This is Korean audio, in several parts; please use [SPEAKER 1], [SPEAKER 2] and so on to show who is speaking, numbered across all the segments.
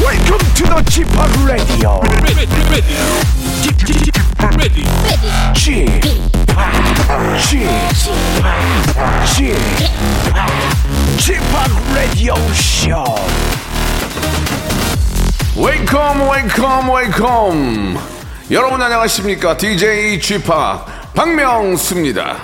[SPEAKER 1] Welcome to the g p o p Radio.
[SPEAKER 2] ready, ready, Get- get- get ready,
[SPEAKER 1] g p o p g p o p g p o p Radio Show.
[SPEAKER 3] 웨이컴 웨이컴 웨이컴 여러분 안녕하십니까 DJ g p 파 박명수입니다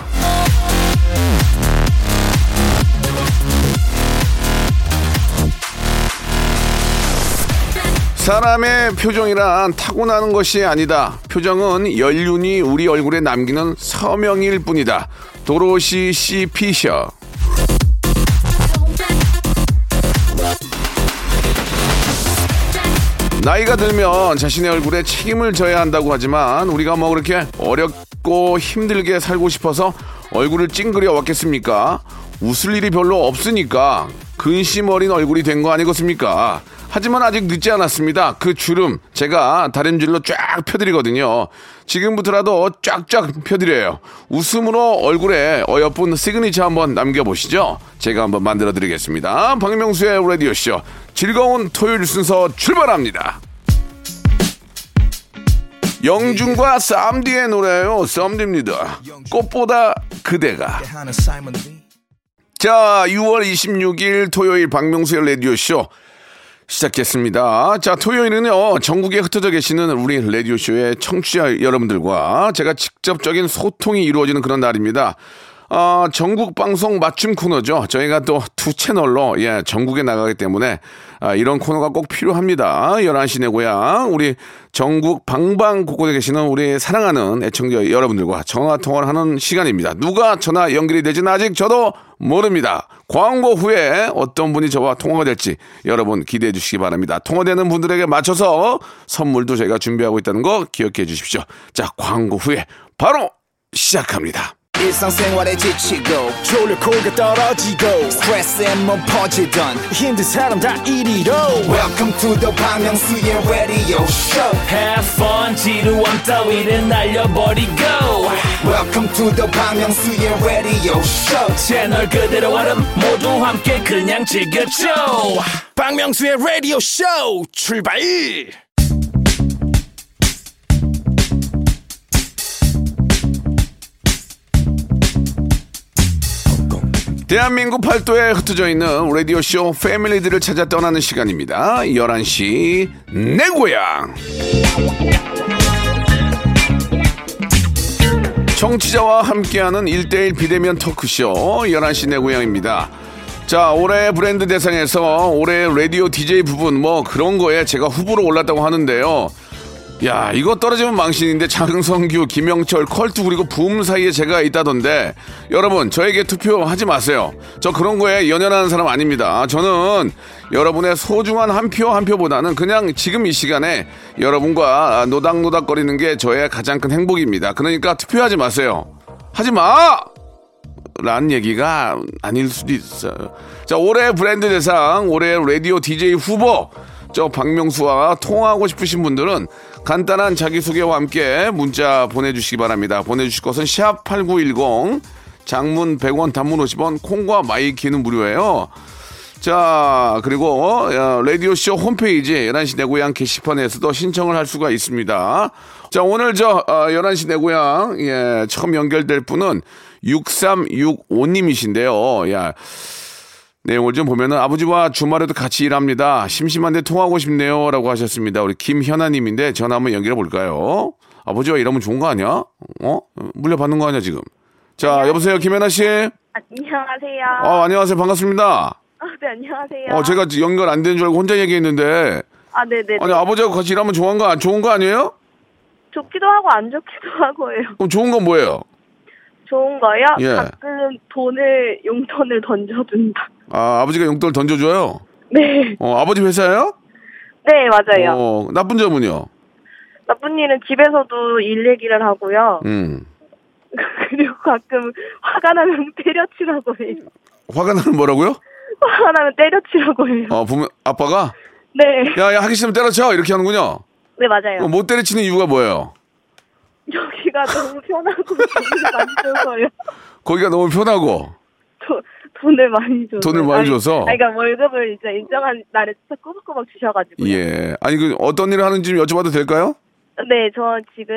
[SPEAKER 3] 사람의 표정이란 타고나는 것이 아니다 표정은 연륜이 우리 얼굴에 남기는 서명일 뿐이다 도로시 씨 피셔 나이가 들면 자신의 얼굴에 책임을 져야 한다고 하지만 우리가 뭐 그렇게 어렵고 힘들게 살고 싶어서 얼굴을 찡그려 왔겠습니까? 웃을 일이 별로 없으니까 근심 어린 얼굴이 된 거 아니겠습니까? 하지만 아직 늦지 않았습니다. 그 주름 제가 다림질로 쫙 펴드리거든요. 지금부터라도 쫙쫙 펴드려요. 웃음으로 얼굴에 어여쁜 시그니처 한번 남겨보시죠. 제가 한번 만들어드리겠습니다. 박명수의 라디오쇼 즐거운 토요일 순서 출발합니다. 영준과 쌈디의 노래예요. 쌈디입니다. 꽃보다 그대가.
[SPEAKER 4] Hannah Simon Lee.
[SPEAKER 3] 자, 6월 26일 토요일 박명수의 라디오쇼 시작했습니다. 자, 토요일은요, 전국에 흩어져 계시는 우리 라디오쇼의 청취자 여러분들과 제가 직접적인 소통이 이루어지는 그런 날입니다. 아, 전국 방송 맞춤 코너죠. 저희가 또 두 채널로, 예, 전국에 나가기 때문에, 아, 이런 코너가 꼭 필요합니다. 11시 내 고향, 우리 전국 방방 곳곳에 계시는 우리 사랑하는 애청자 여러분들과 전화통화를 하는 시간입니다. 누가 전화 연결이 되진 아직 저도 모릅니다. 광고 후에 어떤 분이 저와 통화가 될지 여러분 기대해 주시기 바랍니다. 통화되는 분들에게 맞춰서 선물도 저희가 준비하고 있다는 거 기억해 주십시오. 자, 광고 후에 바로 시작합니다.
[SPEAKER 4] 일상생활에 지치고,
[SPEAKER 1] 졸려 코가 떨어지고
[SPEAKER 4] 스트레스에 몸 퍼지던,
[SPEAKER 1] 힘든 사람 다 이리로.
[SPEAKER 4] welcome to the Bang Myung-soo's radio show
[SPEAKER 5] Have fun 지루함 따위를 날려버리고
[SPEAKER 4] welcome to the Bang Myung-soo's radio show
[SPEAKER 5] 채널 그대로 얼음 모두 함께 그냥 즐겨줘
[SPEAKER 1] 박명수의 라디오 쇼 출발.
[SPEAKER 3] 대한민국 팔도에 흩어져 있는 라디오쇼 패밀리들을 찾아 떠나는 시간입니다. 11시 내 고향 청취자와 함께하는 1대1 비대면 토크쇼 11시 내 고향입니다. 자, 올해 브랜드 대상에서 올해 라디오 DJ 부분 뭐 그런 거에 제가 후보로 올랐다고 하는데요. 야, 이거 떨어지면 망신인데 장성규, 김영철, 컬투 그리고 붐 사이에 제가 있다던데 여러분 저에게 투표하지 마세요. 저 그런 거에 연연하는 사람 아닙니다. 저는 여러분의 소중한 한 표 한 표보다는 그냥 지금 이 시간에 여러분과 노닥노닥거리는 게 저의 가장 큰 행복입니다. 그러니까 투표하지 마세요. 하지 마! 라는 얘기가 아닐 수도 있어요. 자, 올해 브랜드 대상, 올해 라디오 DJ 후보. 저 박명수와 통화하고 싶으신 분들은 간단한 자기소개와 함께 문자 보내주시기 바랍니다. 보내주실 것은 샵8910, 장문 100원, 단문 50원, 콩과 마이키는 무료예요. 자, 그리고 어, 라디오쇼 홈페이지 11시 내 고향 게시판에서도 신청을 할 수가 있습니다. 자, 오늘 저 어, 11시 내 고향 예, 처음 연결될 분은 6365님이신데요. 야, 내용을 좀 보면은 아버지와 주말에도 같이 일합니다. 심심한데 통하고 싶네요라고 하셨습니다. 우리 김현아님인데 전화 한번 연결해 볼까요? 아버지와 일하면 좋은 거 아니야? 어? 물려받는 거 아니야 지금? 자, 여보세요, 김현아 씨.
[SPEAKER 6] 안녕하세요.
[SPEAKER 3] 아, 안녕하세요, 반갑습니다.
[SPEAKER 6] 아, 네, 안녕하세요.
[SPEAKER 3] 어, 제가 연결 안 되는 줄 알고 혼자 얘기했는데
[SPEAKER 6] 아, 네네.
[SPEAKER 3] 아니 아버지하고 같이 일하면 좋은 거 좋은 거 아니에요?
[SPEAKER 6] 좋기도 하고 안 좋기도 하고요.
[SPEAKER 3] 그럼 좋은 건 뭐예요?
[SPEAKER 6] 좋은 거요?
[SPEAKER 3] 예.
[SPEAKER 6] 가끔 돈을, 용돈을 던져준다.
[SPEAKER 3] 아 아버지가 용돈을 던져줘요.
[SPEAKER 6] 네.
[SPEAKER 3] 어 아버지 회사예요?
[SPEAKER 6] 네, 맞아요.
[SPEAKER 3] 어 나쁜 점은요?
[SPEAKER 6] 나쁜 일은 집에서도 일 얘기를 하고요.
[SPEAKER 3] 음
[SPEAKER 6] 그리고 가끔 화가 나면 때려치라고 해요.
[SPEAKER 3] 화가 나는 뭐라고요?
[SPEAKER 6] 화가 나면 때려치라고 해요.
[SPEAKER 3] 어 부모 아빠가
[SPEAKER 6] 네.
[SPEAKER 3] 야야 하기 싫으면 때려쳐 이렇게 하는군요.
[SPEAKER 6] 네, 맞아요.
[SPEAKER 3] 어, 못 때려치는 이유가 뭐예요?
[SPEAKER 6] 여기가 너무 편하고 너무 만져서요.
[SPEAKER 3] 거기가 너무 편하고
[SPEAKER 6] 저, 돈을 많이 줘.
[SPEAKER 3] 돈을 많이 줘서?
[SPEAKER 6] 아니, 그러니까 월급을 이제 인정한 날에 진짜 꼬박꼬박 주셔가지고.
[SPEAKER 3] 예. 아니 그 어떤 일을 하는지 좀 여쭤봐도 될까요?
[SPEAKER 6] 네, 저 지금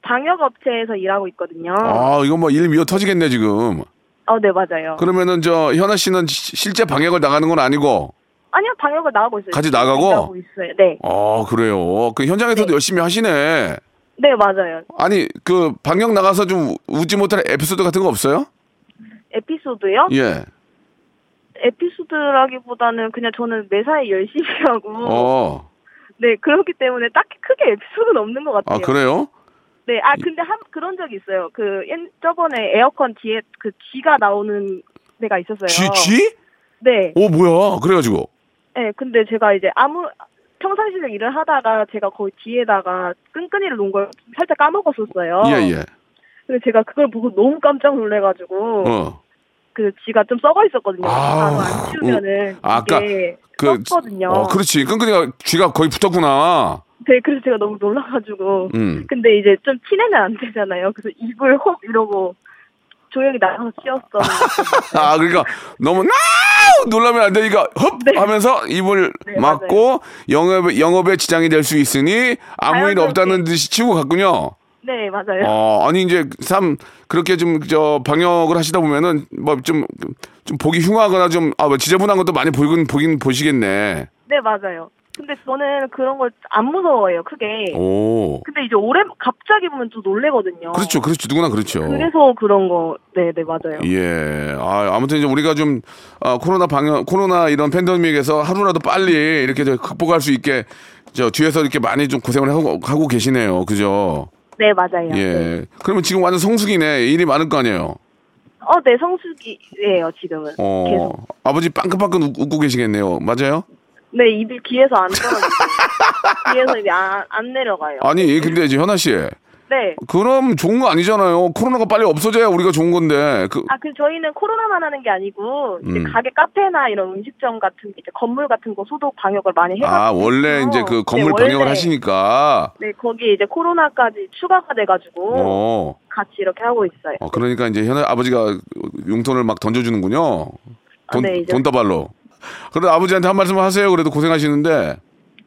[SPEAKER 6] 방역업체에서 일하고 있거든요.
[SPEAKER 3] 아 이거 뭐 일 미어 터지겠네 지금.
[SPEAKER 6] 어, 네, 맞아요.
[SPEAKER 3] 그러면은 저 현아 씨는 시- 실제 방역을 나가는 건 아니고.
[SPEAKER 6] 아니요, 방역을 나가고 있어요.
[SPEAKER 3] 같이 나가고?
[SPEAKER 6] 나가고 있어요. 네,
[SPEAKER 3] 아 그래요. 그 현장에서도 열심히 하시네.
[SPEAKER 6] 네, 맞아요.
[SPEAKER 3] 아니 그 방역 나가서 좀 웃지 못할 에피소드 같은 거 없어요?
[SPEAKER 6] 에피소드요?
[SPEAKER 3] 예.
[SPEAKER 6] 에피소드라기보다는 그냥 저는 매사에 열심히 하고.
[SPEAKER 3] 어.
[SPEAKER 6] 네, 그렇기 때문에 딱히 크게 에피소드는 없는 것 같아요.
[SPEAKER 3] 아 그래요?
[SPEAKER 6] 네, 아 근데 한 그런 적이 있어요. 그 옛- 저번에 에어컨 뒤에 그 쥐가 나오는 데가 있었어요.
[SPEAKER 3] 쥐 쥐?
[SPEAKER 6] 네,
[SPEAKER 3] 오 뭐야? 그래가지고.
[SPEAKER 6] 네, 근데 제가 이제 아무 평상시에 일을 하다가 제가 거의 뒤에다가 끈끈이를 놓은 걸 살짝 까먹었었어요.
[SPEAKER 3] 예 예.
[SPEAKER 6] 근데 제가 그걸 보고 너무 깜짝 놀래가지고
[SPEAKER 3] 어.
[SPEAKER 6] 그 쥐가 좀 썩어 있었거든요.
[SPEAKER 3] 아우,
[SPEAKER 6] 바로 안 치우면은
[SPEAKER 3] 아, 아까
[SPEAKER 6] 이게
[SPEAKER 3] 그-
[SPEAKER 6] 썩거든요.
[SPEAKER 3] 어 그렇지. 끈끈이가 쥐가 거의 붙었구나.
[SPEAKER 6] 네, 그래서 제가 너무 놀라가지고
[SPEAKER 3] 음.
[SPEAKER 6] 근데 이제 좀 티내면 안 되잖아요. 그래서 입을 혹 이러고 조용히 나가서 치웠어.
[SPEAKER 3] 아, 그러니까 너무 나우 놀라면 안 되니까 흡
[SPEAKER 6] 네.
[SPEAKER 3] 하면서 입을
[SPEAKER 6] 네,
[SPEAKER 3] 막고 영업에 영업에 지장이 될 수 있으니 아무 일
[SPEAKER 6] 자연스럽게.
[SPEAKER 3] 없다는 듯이 치고 갔군요.
[SPEAKER 6] 네, 맞아요.
[SPEAKER 3] 어, 아니 이제 참 그렇게 좀 저 방역을 하시다 보면은 뭐 좀 좀 보기 흉하거나 좀 아, 뭐 지저분한 것도 많이 보긴 보긴 보시겠네.
[SPEAKER 6] 네, 맞아요. 근데 저는 그런 걸 안 무서워해요, 크게.
[SPEAKER 3] 오.
[SPEAKER 6] 근데 이제 오래 갑자기 보면 좀 놀래거든요.
[SPEAKER 3] 그렇죠. 그렇죠. 누구나 그렇죠.
[SPEAKER 6] 그래서 그런 거, 네, 네, 맞아요.
[SPEAKER 3] 예. 아, 아무튼 이제 우리가 좀 아, 코로나 방역, 코로나 이런 팬데믹에서 하루라도 빨리 이렇게 저 극복할 수 있게 저 뒤에서 이렇게 많이 좀 고생을 하고, 하고 계시네요. 그죠?
[SPEAKER 6] 네, 맞아요. 네.
[SPEAKER 3] 예. 그러면 지금 완전 성숙이네. 일이 많을 거 아니에요.
[SPEAKER 6] 어, 네, 성수기예요, 지금은.
[SPEAKER 3] 어.
[SPEAKER 6] 계속.
[SPEAKER 3] 아버지 빵끈빵끈 웃- 웃고 계시겠네요. 맞아요?
[SPEAKER 6] 네, 입이 귀에서 안 떨어져요. 귀에서 입이 안, 안 내려가요.
[SPEAKER 3] 아니, 근데 이제 현아 씨.
[SPEAKER 6] 네.
[SPEAKER 3] 그럼 좋은 거 아니잖아요. 코로나가 빨리 없어져야 우리가 좋은 건데. 그,
[SPEAKER 6] 아, 그 저희는 코로나만 하는 게 아니고 이제
[SPEAKER 3] 음.
[SPEAKER 6] 가게 카페나 이런 음식점 같은 이제 건물 같은 거 소독 방역을 많이 해가지고
[SPEAKER 3] 아, 원래 이제 그 건물
[SPEAKER 6] 네,
[SPEAKER 3] 방역을
[SPEAKER 6] 원래.
[SPEAKER 3] 하시니까.
[SPEAKER 6] 네, 거기 이제 코로나까지 추가가 돼가지고
[SPEAKER 3] 어.
[SPEAKER 6] 같이 이렇게 하고 있어요.
[SPEAKER 3] 어, 그러니까 이제 현아 아버지가 용돈을 막 던져주는군요. 돈,
[SPEAKER 6] 아, 네, 이제.
[SPEAKER 3] 돈다발로. 그래도 아버지한테 한 말씀 하세요. 그래도 고생하시는데.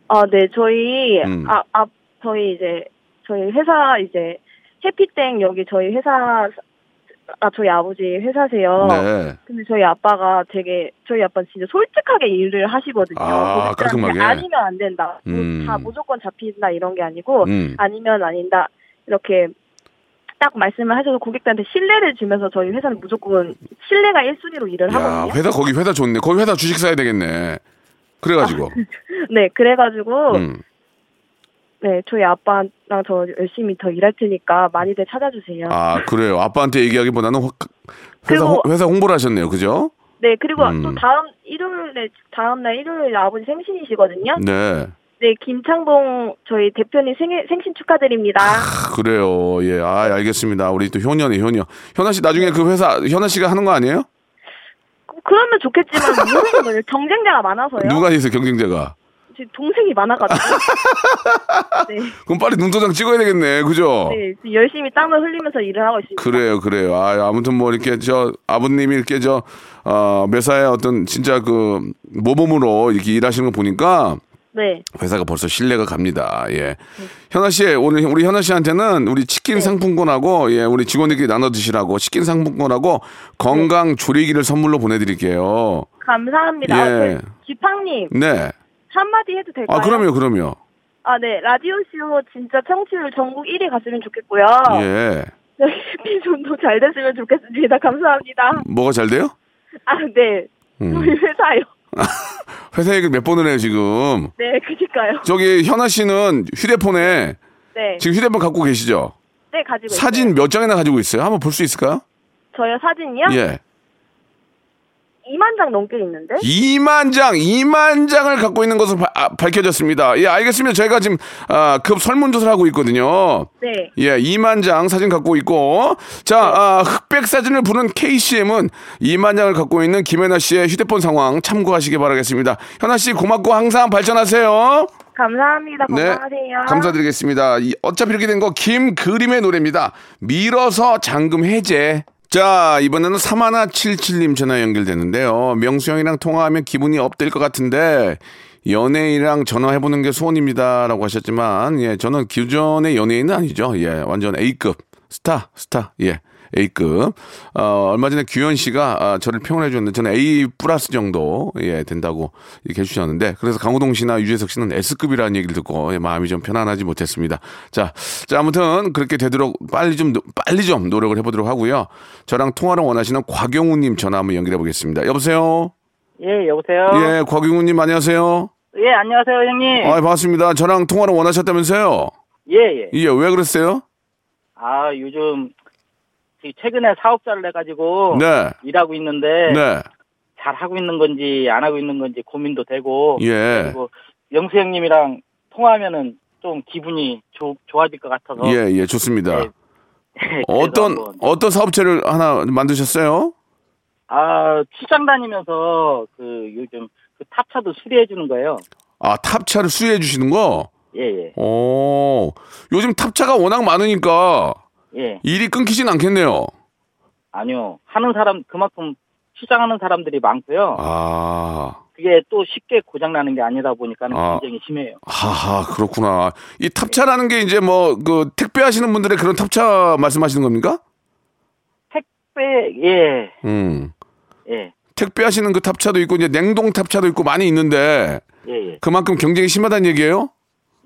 [SPEAKER 6] 아, 네, 저희
[SPEAKER 3] 음.
[SPEAKER 6] 아, 아, 저희 이제 저희 회사 이제 해피땡 여기 저희 회사 아 저희 아버지 회사세요.
[SPEAKER 3] 네.
[SPEAKER 6] 근데 저희 아빠가 되게 저희 아빠 는 진짜 솔직하게 일을 하시거든요.
[SPEAKER 3] 아,
[SPEAKER 6] 고객들한테
[SPEAKER 3] 깔끔하게.
[SPEAKER 6] 아니면 안 된다. 뭐
[SPEAKER 3] 음.
[SPEAKER 6] 다 무조건 잡힌다 이런 게 아니고
[SPEAKER 3] 음.
[SPEAKER 6] 아니면 아니다 이렇게 딱 말씀을 하셔서 고객들한테 신뢰를 주면서 저희 회사는 무조건 신뢰가 1순위로 일을
[SPEAKER 3] 야,
[SPEAKER 6] 하거든요.
[SPEAKER 3] 회사 거기 회사 좋네. 거기 회사 주식 사야 되겠네. 그래가지고.
[SPEAKER 6] 네, 그래가지고
[SPEAKER 3] 음.
[SPEAKER 6] 네 저희 아빠랑 저 열심히 더 일할 테니까 많이들 찾아주세요.
[SPEAKER 3] 아, 그래요. 아빠한테 얘기하기보다는 확- 회사,
[SPEAKER 6] 그리고-
[SPEAKER 3] 홍- 회사 홍보를 하셨네요. 그죠?
[SPEAKER 6] 네, 그리고
[SPEAKER 3] 음.
[SPEAKER 6] 또 다음 일요일에 다음 날 일요일에 아버지 생신이시거든요.
[SPEAKER 3] 네.
[SPEAKER 6] 네, 김창봉 저희 대표님 생일 생신 축하드립니다.
[SPEAKER 3] 아, 그래요. 예. 아, 알겠습니다. 우리 또 효녀네, 효녀. 현아 씨 나중에 그 회사, 현아 씨가 하는 거 아니에요?
[SPEAKER 6] 그러면 좋겠지만 모르는 거예요. 경쟁자가 많아서요.
[SPEAKER 3] 누가 있어요, 경쟁자가?
[SPEAKER 6] 지금 동생이 많아가지고. 네,
[SPEAKER 3] 그럼 빨리 눈도장 찍어야 되겠네. 그죠?
[SPEAKER 6] 네, 지금 열심히 땀을 흘리면서 일을 하고 있습니다.
[SPEAKER 3] 그래요, 그래요. 아, 아무튼 뭐 이렇게 저 아버님이 이렇게 저 어, 매사에 어떤 진짜 그 모범으로 이렇게 일하시는 거 보니까
[SPEAKER 6] 네,
[SPEAKER 3] 회사가 벌써 신뢰가 갑니다. 예. 현아 씨, 오늘 우리 현아 씨한테는 우리
[SPEAKER 6] 네.
[SPEAKER 3] 치킨 상품권하고 예, 우리 직원들끼리 나눠 드시라고 치킨 상품권하고
[SPEAKER 6] 네.
[SPEAKER 3] 건강 조리기를 선물로 보내 드릴게요.
[SPEAKER 6] 감사합니다. 아,
[SPEAKER 3] 예.
[SPEAKER 6] 그 지팡님
[SPEAKER 3] 네.
[SPEAKER 6] 한마디 해도 될까요?
[SPEAKER 3] 아, 그럼요, 그럼요.
[SPEAKER 6] 아, 네, 라디오 쇼 진짜 청취율 전국 1위 갔으면 좋겠고요.
[SPEAKER 3] 예.
[SPEAKER 6] 저희 피존도 잘 됐으면 좋겠습니다. 감사합니다.
[SPEAKER 3] 뭐가 잘 돼요?
[SPEAKER 6] 아, 네,
[SPEAKER 3] 음.
[SPEAKER 6] 저희 회사요.
[SPEAKER 3] 회사 얘기 몇 번을 해요, 지금.
[SPEAKER 6] 네, 그니까요.
[SPEAKER 3] 저기 현아 씨는 휴대폰에
[SPEAKER 6] 네,
[SPEAKER 3] 지금 휴대폰 갖고 계시죠?
[SPEAKER 6] 네 가지고 있어요.
[SPEAKER 3] 사진 몇 장이나 가지고 있어요? 한번 볼 수 있을까요?
[SPEAKER 6] 저요 사진이요?
[SPEAKER 3] 예.
[SPEAKER 6] 2만 장 넘게 있는데.
[SPEAKER 3] 2만 장, 2만 장을 갖고 있는 것으로 바- 아, 밝혀졌습니다. 예, 알겠습니다. 저희가 지금 아, 급 설문조사를 하고 있거든요.
[SPEAKER 6] 네.
[SPEAKER 3] 예, 2만 장 사진 갖고 있고. 자, 아, 흑백 사진을 부른 KCM은 2만 장을 갖고 있는 김혜나 씨의 휴대폰 상황 참고하시기 바라겠습니다. 현아 씨 고맙고 항상 발전하세요.
[SPEAKER 6] 감사합니다.
[SPEAKER 3] 네,
[SPEAKER 6] 건강하세요.
[SPEAKER 3] 감사드리겠습니다. 이- 어차피 이렇게 된 거 김그림의 노래입니다. 밀어서 잠금 해제. 자, 이번에는 3177님 전화 연결됐는데요. 명수 형이랑 통화하면 기분이 업될 것 같은데, 연예인이랑 전화해보는 게 소원입니다. 라고 하셨지만, 예, 저는 기존의 연예인은 아니죠. 예, 완전 A급. 스타, 스타, 예. A급. 어, 얼마 전에 규현 씨가 아, 저를 평을 해주는데 저는 A 플러스 정도 예 된다고 이렇게 해주셨는데 그래서 강호동 씨나 유재석 씨는 S급이라는 얘기를 듣고 예, 마음이 좀 편안하지 못했습니다. 자, 자 아무튼 그렇게 되도록 빨리 좀 노- 빨리 좀 노력을 해보도록 하고요. 저랑 통화를 원하시는 곽영우님 전화 한번 연결해 보겠습니다. 여보세요.
[SPEAKER 7] 예, 여보세요?
[SPEAKER 3] 예, 곽영우님 안녕하세요.
[SPEAKER 7] 예, 안녕하세요, 형님.
[SPEAKER 3] 아 반갑습니다. 저랑 통화를 원하셨다면서요?
[SPEAKER 7] 예, 예.
[SPEAKER 3] 예, 왜 그랬어요?
[SPEAKER 7] 아, 요즘, 지금 최근에 사업자를 해가지고,
[SPEAKER 3] 네,
[SPEAKER 7] 일하고 있는데,
[SPEAKER 3] 네,
[SPEAKER 7] 잘 하고 있는 건지, 안 하고 있는 건지 고민도 되고,
[SPEAKER 3] 예.
[SPEAKER 7] 그리고 영수 형님이랑 통화하면은 좀 기분이 조, 좋아질 것 같아서.
[SPEAKER 3] 예, 예, 좋습니다.
[SPEAKER 7] 어. 네. 그래서
[SPEAKER 3] 어떤
[SPEAKER 7] 한번-
[SPEAKER 3] 어떤 사업체를 하나 만드셨어요?
[SPEAKER 7] 아, 출장 다니면서, 그, 요즘, 그 탑차도 수리해주는 거예요.
[SPEAKER 3] 아 탑차를 수리해 주시는 거.
[SPEAKER 7] 예, 예,
[SPEAKER 3] 오 요즘 탑차가 워낙 많으니까
[SPEAKER 7] 예.
[SPEAKER 3] 일이 끊기진 않겠네요.
[SPEAKER 7] 아니요. 하는 사람, 그만큼 시장하는 사람들이 많고요.
[SPEAKER 3] 아
[SPEAKER 7] 그게 또 쉽게 고장나는 게 아니다 보니까 는
[SPEAKER 3] 아.
[SPEAKER 7] 굉장히 심해요.
[SPEAKER 3] 하하 그렇구나. 이 탑차라는 게 이제 뭐 그 택배 하시는 분들의 그런 탑차 말씀하시는 겁니까?
[SPEAKER 7] 택배, 예,
[SPEAKER 3] 음
[SPEAKER 7] 예,
[SPEAKER 3] 택배 하시는 그 탑차도 있고 이제 냉동 탑차도 있고 많이 있는데
[SPEAKER 7] 예, 예,
[SPEAKER 3] 그만큼 경쟁이 심하다는 얘기예요?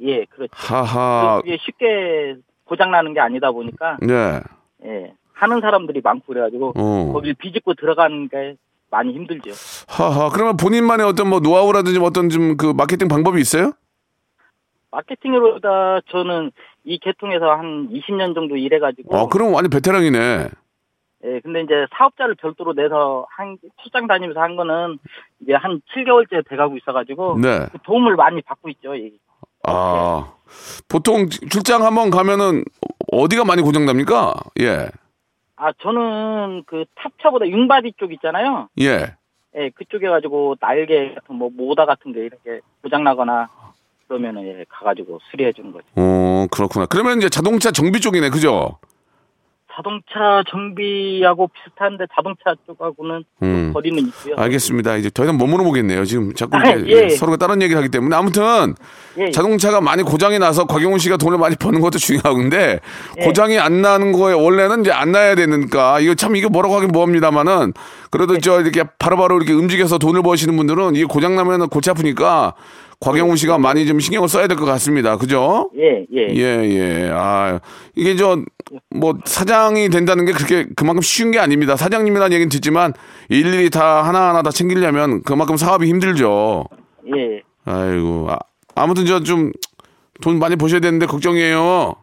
[SPEAKER 7] 예, 그렇죠.
[SPEAKER 3] 하하
[SPEAKER 7] 그게 쉽게 고장나는 게 아니다 보니까,
[SPEAKER 3] 네.
[SPEAKER 7] 예, 하는 사람들이 많고 그래가지고,
[SPEAKER 3] 어.
[SPEAKER 7] 거길 비집고 들어가는 게 많이 힘들죠.
[SPEAKER 3] 하하 그러면 본인만의 어떤 뭐 노하우라든지 어떤 좀 그 마케팅 방법이 있어요?
[SPEAKER 7] 마케팅으로다 저는 이 계통에서 한 20년 정도 일해가지고,
[SPEAKER 3] 어 그럼 완전 베테랑이네.
[SPEAKER 7] 예, 근데 이제 사업자를 별도로 내서 한, 출장 다니면서 한 거는 이제 한 7개월째 돼가고 있어가지고,
[SPEAKER 3] 네.
[SPEAKER 7] 그 도움을 많이 받고 있죠. 예.
[SPEAKER 3] 아 보통 출장 한번 가면은 어디가 많이 고장납니까? 예,
[SPEAKER 7] 아, 저는 그 탑차보다 융바디 쪽 있잖아요.
[SPEAKER 3] 예.
[SPEAKER 7] 예, 그쪽에 가지고 날개 같은 뭐 모다 같은 게 이렇게 고장 나거나 그러면은 예, 가가지고 수리해 주는 거죠.
[SPEAKER 3] 어 그렇구나. 그러면 이제 자동차 정비 쪽이네, 그죠?
[SPEAKER 7] 자동차 정비하고 비슷한데 자동차 쪽하고는
[SPEAKER 3] 음.
[SPEAKER 7] 거리는 있고요.
[SPEAKER 3] 알겠습니다. 이제 더 이상 못 물어보겠네요. 지금 자꾸
[SPEAKER 7] 아,
[SPEAKER 3] 이제
[SPEAKER 7] 예.
[SPEAKER 3] 서로가 다른 얘기를 하기 때문에 아무튼
[SPEAKER 7] 예, 예.
[SPEAKER 3] 자동차가 많이 고장이 나서 곽영훈 씨가 돈을 많이 버는 것도 중요한데
[SPEAKER 7] 예.
[SPEAKER 3] 고장이 안 나는 거에 원래는 이제 안 나야 되니까 이거 참 이거 뭐라고 하긴 뭐합니다만은 그래도
[SPEAKER 7] 예.
[SPEAKER 3] 저 이렇게 바로바로 이렇게 움직여서 돈을 버시는 분들은 이게 고장 나면은 골치 아프니까 곽영훈 씨가 많이 좀 신경을 써야 될 것 같습니다. 그죠?
[SPEAKER 7] 예, 예.
[SPEAKER 3] 예, 예. 아, 이게 저 뭐 사장이 된다는 게 그렇게 그만큼 쉬운 게 아닙니다. 사장님이라는 얘기는 듣지만 일일이 다 하나하나 다 챙기려면 그만큼 사업이 힘들죠.
[SPEAKER 7] 예.
[SPEAKER 3] 아이고 아, 무튼 저 좀 돈 많이 버셔야 되는데 걱정이에요.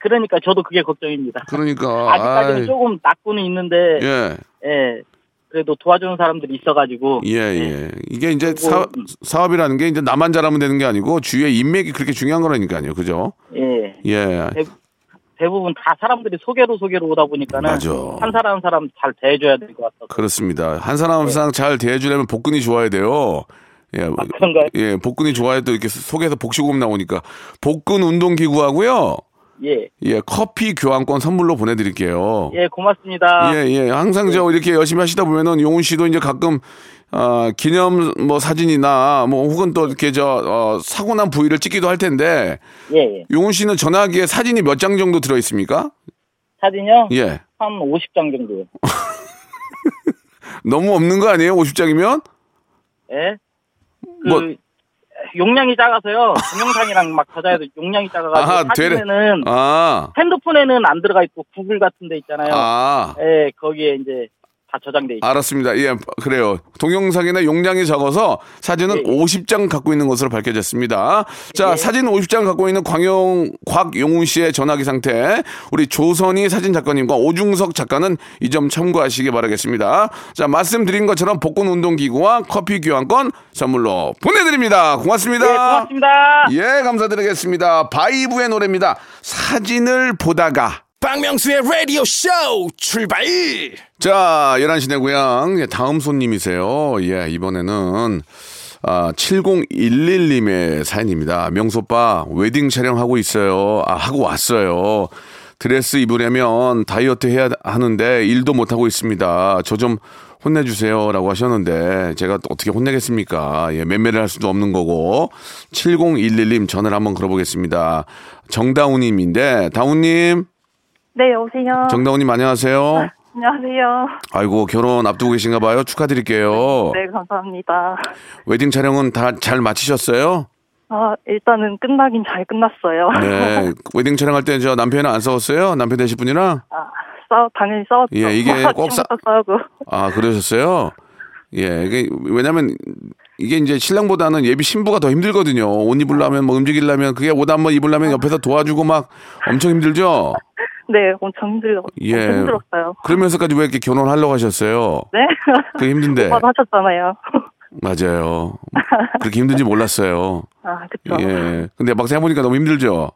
[SPEAKER 7] 그러니까 저도 그게 걱정입니다.
[SPEAKER 3] 그러니까
[SPEAKER 7] 아직까지는
[SPEAKER 3] 아이,
[SPEAKER 7] 조금 낙고는 있는데 예.
[SPEAKER 3] 예,
[SPEAKER 7] 그래도 도와주는 사람들이 있어가지고
[SPEAKER 3] 예, 예. 이게 이제
[SPEAKER 7] 네. 그리고-
[SPEAKER 3] 사, 사업이라는 게 이제 나만 잘하면 되는 게 아니고 주위에 인맥이 그렇게 중요한 거라니까요. 그죠?
[SPEAKER 7] 예.
[SPEAKER 3] 예.
[SPEAKER 7] 대, 부분다 사람들이 소개로 소개로 오다 보니까는
[SPEAKER 3] 맞아.
[SPEAKER 7] 한 사람 한 사람 잘 대해줘야 될 것 같아서
[SPEAKER 3] 그렇습니다. 한 사람 한 사람 잘 대해주려면 복근이 좋아야 돼요. 예.
[SPEAKER 7] 그런가요?
[SPEAKER 3] 예, 복근이 좋아야 또 이렇게 속에서 복식호흡 나오니까 복근 운동 기구하고요.
[SPEAKER 7] 예.
[SPEAKER 3] 예, 커피 교환권 선물로 보내 드릴게요.
[SPEAKER 7] 예, 고맙습니다.
[SPEAKER 3] 예, 예. 항상 저 이렇게 열심히 하시다 보면은 용훈 씨도 이제 가끔 아, 기념 뭐 사진이나 뭐 혹은 또 이렇게 저 어, 사고 난 부위를 찍기도 할 텐데
[SPEAKER 7] 예, 예.
[SPEAKER 3] 용훈 씨는 전화기에 사진이 몇 장 정도 들어 있습니까?
[SPEAKER 7] 사진요?
[SPEAKER 3] 예.
[SPEAKER 7] 한 50장 정도.
[SPEAKER 3] 너무 없는 거 아니에요? 50장이면?
[SPEAKER 7] 예? 그,
[SPEAKER 3] 뭐-
[SPEAKER 7] 용량이 작아서요. 동영상이랑 막 찾아야도 용량이 작아가지고.
[SPEAKER 3] 아, 되레-
[SPEAKER 7] 사진에는,
[SPEAKER 3] 아.
[SPEAKER 7] 핸드폰에는 안 들어가 있고, 구글 같은 데 있잖아요.
[SPEAKER 3] 아.
[SPEAKER 7] 예, 거기에 이제 다 저장돼 있죠.
[SPEAKER 3] 알았습니다. 예, 그래요. 동영상이나 용량이 적어서 사진은
[SPEAKER 7] 예.
[SPEAKER 3] 50장 갖고 있는 것으로 밝혀졌습니다. 자, 사진 50장 갖고 있는 광영, 곽용훈 씨의 전화기 상태. 우리 조선희 사진 작가님과 오중석 작가는 이 점 참고하시기 바라겠습니다. 자, 말씀드린 것처럼 복근 운동기구와 커피 교환권 선물로 보내드립니다. 고맙습니다.
[SPEAKER 7] 예, 고맙습니다.
[SPEAKER 3] 예, 감사드리겠습니다. 바이브의 노래입니다. 사진을 보다가.
[SPEAKER 1] 박명수의 라디오 쇼 출발!
[SPEAKER 3] 자, 11시 내 고향. 예, 다음 손님이세요. 예, 이번에는, 아, 7011님의 사연입니다. 명소빠, 웨딩 촬영하고 있어요. 아, 하고 왔어요. 드레스 입으려면 다이어트 해야 하는데 일도 못 하고 있습니다. 저 좀 혼내주세요라고 하셨는데 제가 또 어떻게 혼내겠습니까? 예, 맴매를 할 수도 없는 거고 7011님 전화를 한번 걸어보겠습니다. 정다운님인데 다운님
[SPEAKER 6] 네, 여보세요.
[SPEAKER 3] 정다운님 안녕하세요.
[SPEAKER 6] 안녕하세요.
[SPEAKER 3] 아이고 결혼 앞두고 계신가 봐요. 축하드릴게요.
[SPEAKER 6] 네, 감사합니다.
[SPEAKER 3] 웨딩 촬영은 다 잘 마치셨어요?
[SPEAKER 6] 아, 일단은 끝나긴 잘 끝났어요.
[SPEAKER 3] 네. 웨딩 촬영할 때 저 남편이랑 안 싸웠어요? 남편 되실 분이랑?
[SPEAKER 6] 아, 싸우, 당연히 싸웠죠.
[SPEAKER 3] 예, 이게 꼭 싸-
[SPEAKER 6] 아침부터 싸우고.
[SPEAKER 3] 아, 그러셨어요? 예, 이게, 왜냐면, 이게 이제 신랑보다는 예비 신부가 더 힘들거든요. 옷 입으려면, 뭐 움직이려면, 그게 옷 한번 입으려면 옆에서 도와주고 막 엄청 힘들죠?
[SPEAKER 6] 네, 엄청 힘들어,
[SPEAKER 3] 예.
[SPEAKER 6] 엄청 힘들었어요.
[SPEAKER 3] 그러면서까지 왜 이렇게 결혼하려고 하셨어요?
[SPEAKER 6] 네?
[SPEAKER 3] 그게 힘든데.
[SPEAKER 6] 오빠도 하셨잖아요.
[SPEAKER 3] 맞아요. 그렇게 힘든지 몰랐어요.
[SPEAKER 6] 아, 그쵸.
[SPEAKER 3] 예. 근데 막상 해보니까 너무 힘들죠?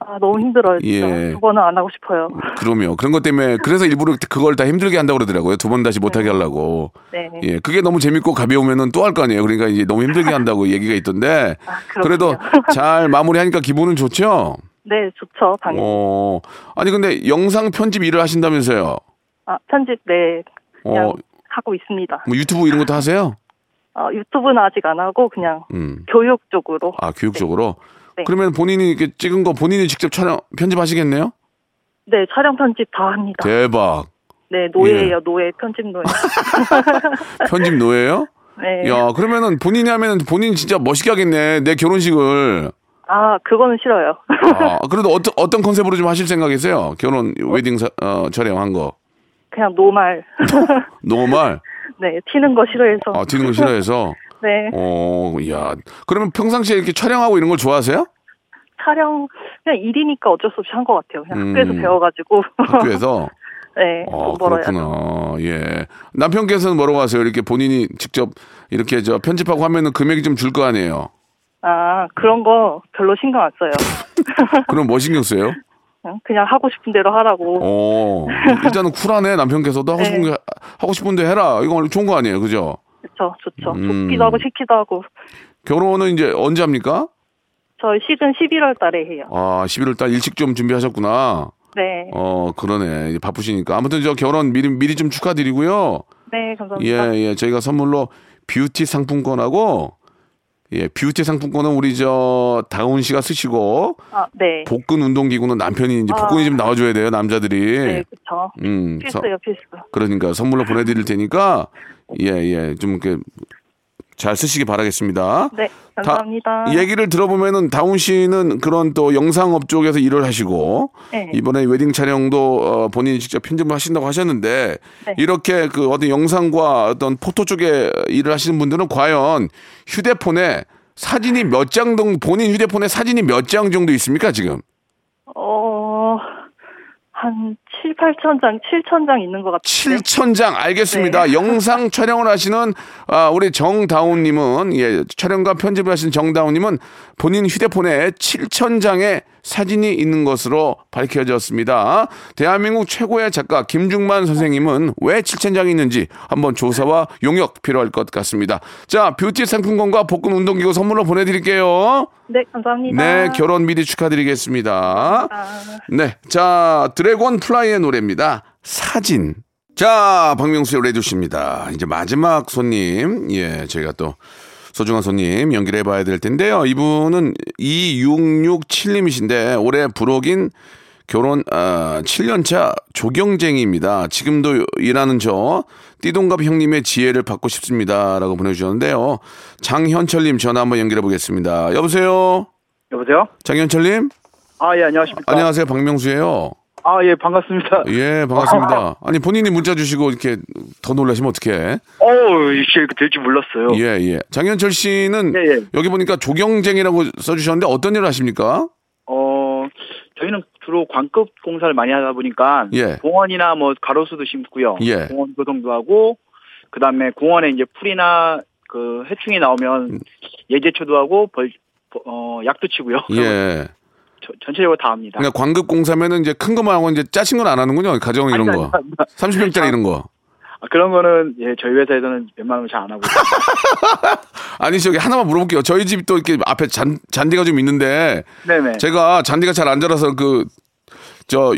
[SPEAKER 6] 아, 너무 힘들어요. 진짜.
[SPEAKER 3] 예.
[SPEAKER 6] 그거는 안 하고 싶어요.
[SPEAKER 3] 그럼요. 그런 것 때문에, 그래서 일부러 그걸 다 힘들게 한다고 그러더라고요. 두 번 다시 못하게 하려고.
[SPEAKER 6] 네.
[SPEAKER 3] 예, 그게 너무 재밌고 가벼우면은 또 할 거 아니에요. 그러니까 이제 너무 힘들게 한다고 얘기가 있던데. 그래도
[SPEAKER 6] 아, 그렇군요.
[SPEAKER 3] 잘 마무리하니까 기분은 좋죠?
[SPEAKER 6] 네, 좋죠. 당연히.
[SPEAKER 3] 어. 아니, 근데 영상 편집 일을 하신다면서요?
[SPEAKER 6] 아, 편집, 네. 그냥
[SPEAKER 3] 어,
[SPEAKER 6] 하고 있습니다.
[SPEAKER 3] 뭐 유튜브 이런 것도 하세요?
[SPEAKER 6] 아, 유튜브는 아직 안 하고, 그냥
[SPEAKER 3] 음.
[SPEAKER 6] 교육 쪽으로.
[SPEAKER 3] 아, 교육적으로?
[SPEAKER 6] 네.
[SPEAKER 3] 그러면 본인이 이렇게 찍은 거 본인이 직접 촬영, 편집하시겠네요?
[SPEAKER 6] 네, 촬영 편집 다 합니다.
[SPEAKER 3] 대박.
[SPEAKER 6] 네, 노예예요, 노예, 편집 노예.
[SPEAKER 3] 편집 노예요?
[SPEAKER 6] 네.
[SPEAKER 3] 야, 그러면은 본인이 하면은 본인 진짜 멋있게 하겠네. 내 결혼식을.
[SPEAKER 6] 아, 그거는 싫어요.
[SPEAKER 3] 아, 그래도 어떤, 어떤 컨셉으로 좀 하실 생각이세요? 결혼, 웨딩 사- 어, 촬영한 거.
[SPEAKER 6] 그냥 노말.
[SPEAKER 3] 노멀.
[SPEAKER 6] 네, 튀는 거 싫어해서.
[SPEAKER 3] 어. 아, 튀는 거 싫어해서.
[SPEAKER 6] 네,
[SPEAKER 3] 어, 야. 그러면 평상시에 이렇게 촬영하고 이런 걸 좋아하세요?
[SPEAKER 6] 촬영, 그냥 일이니까 어쩔 수 없이 한 것 같아요. 그냥
[SPEAKER 3] 음.
[SPEAKER 6] 학교에서 배워가지고.
[SPEAKER 3] 학교에서?
[SPEAKER 6] 네,
[SPEAKER 3] 아,
[SPEAKER 6] 돈 벌어야.
[SPEAKER 3] 그렇구나. 예. 남편께서는 뭐라고 하세요? 이렇게 본인이 직접 이렇게 저 편집하고 하면은 금액이 좀 줄 거 아니에요?
[SPEAKER 6] 아, 그런 거 별로 신경 안 써요.
[SPEAKER 3] 그럼 뭐 신경 쓰요
[SPEAKER 6] 그냥, 그냥 하고 싶은 대로 하라고.
[SPEAKER 3] 어, 일단은 쿨하네. 남편께서도 하고 싶은 게, 하고 싶은데 해라. 이건 좋은 거 아니에요? 그죠?
[SPEAKER 6] 그쵸, 좋죠.
[SPEAKER 3] 음.
[SPEAKER 6] 좋기도 하고 싫기도 하고.
[SPEAKER 3] 결혼은 이제 언제 합니까?
[SPEAKER 6] 저희 시즌 11월 달에 해요.
[SPEAKER 3] 아, 11월 달 일찍 좀 준비하셨구나.
[SPEAKER 6] 네,
[SPEAKER 3] 어, 그러네. 이제 바쁘시니까. 아무튼 저 결혼 미리, 미리 좀 축하드리고요.
[SPEAKER 6] 네, 감사합니다.
[SPEAKER 3] 예, 예. 저희가 선물로 뷰티 상품권하고 예, 뷰티 상품권은 우리 저 다운 씨가 쓰시고
[SPEAKER 6] 아, 네.
[SPEAKER 3] 복근 운동 기구는 남편이 이제
[SPEAKER 6] 아.
[SPEAKER 3] 복근이 좀 나와 줘야 돼요, 남자들이.
[SPEAKER 6] 네, 그쵸.
[SPEAKER 3] 예. 음. 서-
[SPEAKER 6] 필수예요, 필수.
[SPEAKER 3] 그러니까 선물로 보내 드릴 테니까 예, 예. 좀 이렇게 잘 쓰시기 바라겠습니다.
[SPEAKER 6] 네, 감사합니다.
[SPEAKER 3] 다- 얘기를 들어보면은 다운 씨는 그런 또 영상업 쪽에서 일을 하시고
[SPEAKER 6] 네.
[SPEAKER 3] 이번에 웨딩 촬영도 어, 본인이 직접 편집을 하신다고 하셨는데
[SPEAKER 6] 네.
[SPEAKER 3] 이렇게 그 어떤 영상과 어떤 포토 쪽에 일을 하시는 분들은 과연 휴대폰에 사진이 몇 장 정도 본인 휴대폰에 사진이 몇 장 정도 있습니까 지금?
[SPEAKER 6] 어, 한 7, 8천 장, 7천 장 있는 것 같아요.
[SPEAKER 3] 7,000장 알겠습니다.
[SPEAKER 6] 네.
[SPEAKER 3] 영상 촬영을 하시는 아, 우리 정다운님은 예, 촬영과 편집을 하시는 정다운님은 본인 휴대폰에 7,000장의 사진이 있는 것으로 밝혀졌습니다. 대한민국 최고의 작가 김중만 선생님은 왜 7,000장이 있는지 한번 조사와 용역 필요할 것 같습니다. 자, 뷰티 상품권과 복근 운동기구 선물로 보내드릴게요.
[SPEAKER 6] 네, 감사합니다. 아.
[SPEAKER 3] 네, 결혼 미리 축하드리겠습니다. 네, 자, 드래곤 플라이의 노래입니다. 사진. 자, 박명수의 레디오씨입니다. 이제 마지막 손님, 예, 저희가 또 소중한 손님 연결해 봐야 될 텐데요. 이분은 2667님이신데 올해 불혹인 결혼 아, 7년차 조경쟁이입니다. 지금도 일하는 저 띠동갑 형님의 지혜를 받고 싶습니다라고 보내주셨는데요. 장현철님 전화 한번 연결해 보겠습니다. 여보세요.
[SPEAKER 7] 여보세요?
[SPEAKER 3] 장현철님
[SPEAKER 7] 아, 예, 안녕하십니까.
[SPEAKER 3] 안녕하세요 박명수예요.
[SPEAKER 7] 아, 예, 반갑습니다.
[SPEAKER 3] 예 반갑습니다. 아니 본인이 문자 주시고 이렇게 더 놀라시면 어떡해?
[SPEAKER 7] 어우, 이게 될지 몰랐어요.
[SPEAKER 3] 예 예. 장현철 씨는
[SPEAKER 7] 예, 예.
[SPEAKER 3] 여기 보니까 조경쟁이라고 써주셨는데 어떤 일을 하십니까?
[SPEAKER 7] 어, 저희는 주로 광급 공사를 많이 하다 보니까
[SPEAKER 3] 예.
[SPEAKER 7] 공원이나 뭐 가로수도 심고요.
[SPEAKER 3] 예.
[SPEAKER 7] 공원 조성도 하고 그다음에 공원에 이제 풀이나 그 해충이
[SPEAKER 3] 음.
[SPEAKER 7] 나오면 예제초도 하고 벌 어, 약도 치고요.
[SPEAKER 3] 예.
[SPEAKER 7] 저- 전체적으로 다 합니다.
[SPEAKER 3] 그러니까 광급 공사면은 이제 큰 것만 하고 이제 짜친 건 안 하는군요. 가정 이런
[SPEAKER 7] 아니,
[SPEAKER 3] 거.
[SPEAKER 7] 아니, 아니.
[SPEAKER 3] 30평짜리 이런 거.
[SPEAKER 7] 아, 그런 거는 예, 저희 회사에서는 웬만하면 잘 안 하고
[SPEAKER 3] 아니 저기 하나만 물어볼게요. 저희 집도 이렇게 앞에 잔, 잔디가 좀 있는데
[SPEAKER 7] 네네.
[SPEAKER 3] 제가 잔디가 잘 안 자라서 그 저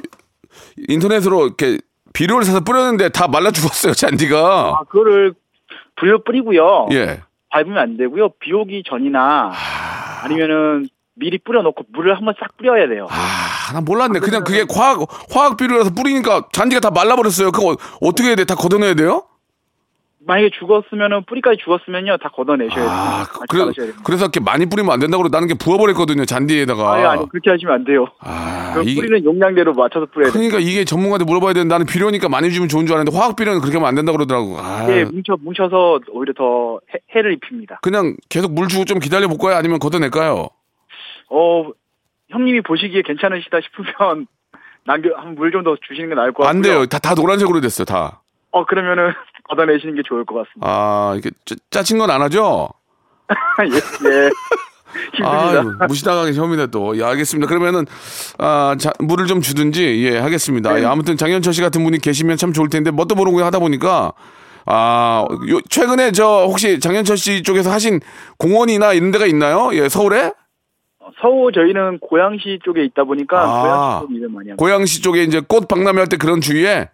[SPEAKER 3] 인터넷으로 이렇게 비료를 사서 뿌렸는데 다 말라 죽었어요 잔디가.
[SPEAKER 7] 아, 그거를 불려 뿌리고요.
[SPEAKER 3] 예.
[SPEAKER 7] 밟으면 안 되고요. 비 오기 전이나 아니면은 미리 뿌려놓고 물을 한번 싹 뿌려야 돼요.
[SPEAKER 3] 아, 나 몰랐네. 그냥 그게 화학 화학 비료라서 뿌리니까 잔디가 다 말라버렸어요. 그거 어떻게 해야 돼? 다 걷어내야 돼요?
[SPEAKER 7] 만약에 죽었으면은 뿌리까지 죽었으면요 다 걷어내셔야 돼요.
[SPEAKER 3] 아,
[SPEAKER 7] 네, 다시
[SPEAKER 3] 그래,
[SPEAKER 7] 갈아셔야 됩니다.
[SPEAKER 3] 그래서 이렇게 많이 뿌리면 안 된다고 그러고 나는 게 부어버렸거든요 잔디에다가.
[SPEAKER 7] 아니, 아니 그렇게 하시면 안 돼요.
[SPEAKER 3] 아,
[SPEAKER 7] 그럼
[SPEAKER 3] 이게-
[SPEAKER 7] 뿌리는 용량대로 맞춰서 뿌려야 돼요.
[SPEAKER 3] 그러니까 이게 전문가한테 물어봐야 되는데 나는 비료니까 많이 주면 좋은 줄 알았는데 화학 비료는 그렇게 하면 안 된다 고 그러더라고. 아,
[SPEAKER 7] 이게 뭉쳐 뭉쳐서 오히려 더 해, 해를 입힙니다.
[SPEAKER 3] 그냥 계속 물 주고 좀 기다려 볼까요? 아니면 걷어낼까요?
[SPEAKER 7] 어 형님이 보시기에 괜찮으시다 싶으면 남겨 한 물 좀 더 주시는 게 나을 것 같고요.
[SPEAKER 3] 안 돼요. 다 다 노란색으로 됐어요. 다.
[SPEAKER 7] 어 그러면은 걷어내시는 게 좋을 것 같습니다.
[SPEAKER 3] 아 이게 짜, 짜친 건 안 하죠?
[SPEAKER 7] 예, 예. 힘듭니다.
[SPEAKER 3] 아 무시당하기 처음이다 또. 예, 알겠습니다. 그러면은 아 자, 물을 좀 주든지 예 하겠습니다.
[SPEAKER 7] 네.
[SPEAKER 3] 예, 아무튼 장현철 씨 같은 분이 계시면 참 좋을 텐데 뭣도 모르고 하다 보니까 아 요, 최근에 저 혹시 장현철 씨 쪽에서 하신 공원이나 이런 데가 있나요? 예 서울에?
[SPEAKER 7] 어, 서울 저희는 고양시 쪽에 있다 보니까
[SPEAKER 3] 아.
[SPEAKER 7] 고양시 쪽 일을 많이 합니다.
[SPEAKER 3] 고양시 쪽에 이제 꽃 박람회 할 때 그런 주위에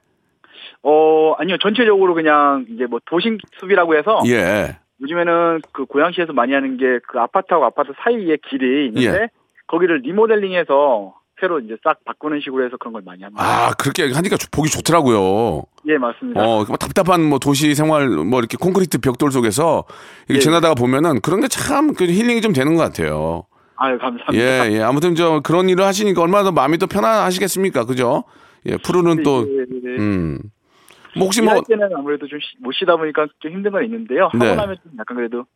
[SPEAKER 7] 어 아니요 전체적으로 그냥 이제 뭐 도심 숲이라고 해서
[SPEAKER 3] 예.
[SPEAKER 7] 요즘에는 그 고양시에서 많이 하는 게 그 아파트하고 아파트 사이에 길이 있는데
[SPEAKER 3] 예.
[SPEAKER 7] 거기를 리모델링해서 새로 이제 싹 바꾸는 식으로 해서 그런 걸 많이 합니다.
[SPEAKER 3] 아 그렇게 하니까 좋- 보기 좋더라고요.
[SPEAKER 7] 예 맞습니다.
[SPEAKER 3] 어, 뭐 답답한 뭐 도시 생활 뭐 이렇게 콘크리트 벽돌 속에서 이렇게
[SPEAKER 7] 예.
[SPEAKER 3] 지나다가 보면은 그런 게 참 힐링이 좀 되는 것 같아요.
[SPEAKER 7] 아유 감사합니다.
[SPEAKER 3] 예, 예. 아무튼 저 그런 일을 하시니까 얼마나 더 마음이 또 편안하시겠습니까? 그죠? 예, 푸르는 또,
[SPEAKER 7] 예, 예, 예.
[SPEAKER 3] 음. 뭐 혹시
[SPEAKER 7] 일할
[SPEAKER 3] 뭐,
[SPEAKER 7] 때는 아무래도 좀 못 쉬다 보니까 좀 힘든 건 있는데요. 하고
[SPEAKER 3] 네.
[SPEAKER 7] 나면 좀 약간 그래도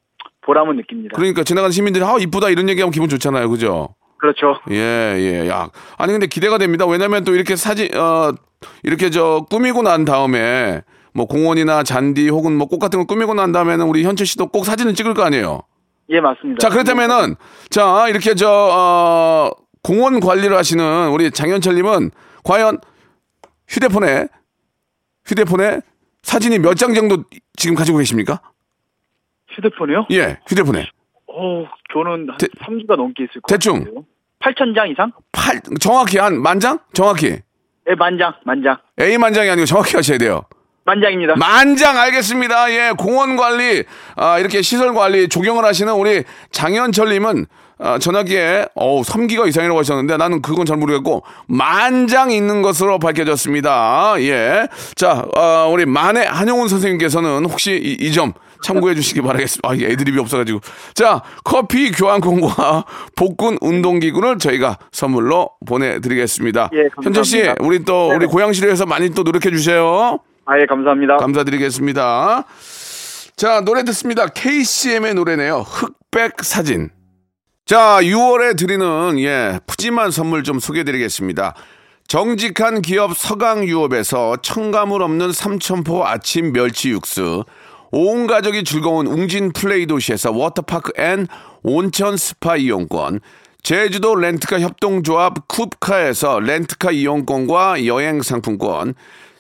[SPEAKER 7] 보람은 느낍니다.
[SPEAKER 3] 그러니까 지나가는 시민들이 아, 이쁘다 이런 얘기하면 기분 좋잖아요. 그죠?
[SPEAKER 7] 그렇죠.
[SPEAKER 3] 예, 예, 야. 아니, 근데 기대가 됩니다. 왜냐면 또 이렇게 사진, 어, 이렇게 저 꾸미고 난 다음에 뭐 공원이나 잔디 혹은 뭐 꽃 같은 걸 꾸미고 난 다음에는 우리 현철 씨도 꼭 사진을 찍을 거 아니에요?
[SPEAKER 7] 예 맞습니다.
[SPEAKER 3] 자, 그렇다면은 자, 이렇게 저, 어, 공원 관리를 하시는 우리 장현철님은 과연 휴대폰에 휴대폰에 사진이 몇 장 정도 지금 가지고 계십니까?
[SPEAKER 7] 네. 휴대폰이요?
[SPEAKER 3] 예, 휴대폰에.
[SPEAKER 7] 어, 저는 한
[SPEAKER 3] 대-
[SPEAKER 7] 3주가 넘게 있을 것
[SPEAKER 3] 대충.
[SPEAKER 7] 같아요. 8천 장 이상?
[SPEAKER 3] 팔, 정확히 한 만 장? 정확히.
[SPEAKER 7] 예, 만장, 만장.
[SPEAKER 3] A 만장이 아니고 정확히 하셔야 돼요.
[SPEAKER 7] 만장입니다.
[SPEAKER 3] 만장 알겠습니다. 예, 공원 관리, 아, 이렇게 시설 관리, 조경을 하시는 우리 장현철님은 아, 전화기에 어우 3기가 이상이라고 하셨는데 나는 그건 잘 모르겠고 만장 있는 것으로 밝혀졌습니다. 예, 자 아, 우리 만의 한용훈 선생님께서는 혹시 이 점 참고해 주시기 바라겠습니다. 아, 이 애드립이 없어가지고 자 커피 교환권과 복근 운동기구를 저희가 선물로 보내드리겠습니다.
[SPEAKER 7] 예, 감사합니다.
[SPEAKER 3] 현철 씨, 우리 또 우리
[SPEAKER 7] 네네.
[SPEAKER 3] 고향시로 해서 많이 또 노력해 주세요.
[SPEAKER 7] 아, 예, 감사합니다.
[SPEAKER 3] 감사드리겠습니다. 자, 노래 듣습니다. KCM의 노래네요. 흑백 사진. 자, 6월에 드리는 예, 푸짐한 선물 좀 소개해 드리겠습니다. 정직한 기업 서강유업에서 첨가물 없는 삼천포 아침 멸치 육수, 온 가족이 즐거운 웅진 플레이 도시에서 워터파크 앤 온천 스파 이용권, 제주도 렌트카 협동조합 쿱카에서 렌트카 이용권과 여행 상품권,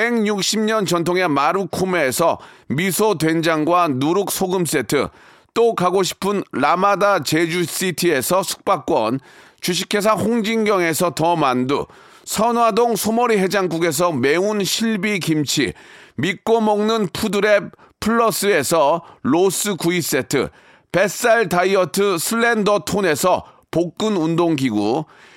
[SPEAKER 3] 160년 전통의 마루코메에서 미소 된장과 누룩 소금 세트, 또 가고 싶은 라마다 제주시티에서 숙박권, 주식회사 홍진경에서 더 만두, 선화동 소머리 해장국에서 매운 실비 김치, 믿고 먹는 푸드랩 플러스에서 로스 구이 세트, 뱃살 다이어트 슬렌더 톤에서 복근 운동기구,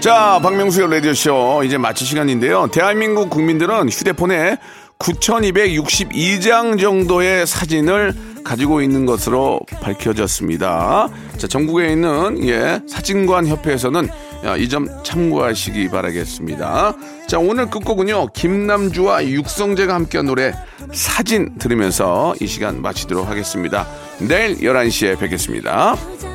[SPEAKER 3] 자, 박명수의 라디오쇼 이제 마칠 시간인데요. 대한민국 국민들은 휴대폰에 9,262장 정도의 사진을 가지고 있는 것으로 밝혀졌습니다. 자, 전국에 있는 예, 사진관 협회에서는 이 점 참고하시기 바라겠습니다. 자, 오늘 끝곡은요. 김남주와 육성재가 함께한 노래 사진 들으면서 이 시간 마치도록 하겠습니다. 내일 11시에 뵙겠습니다.
[SPEAKER 8] 보자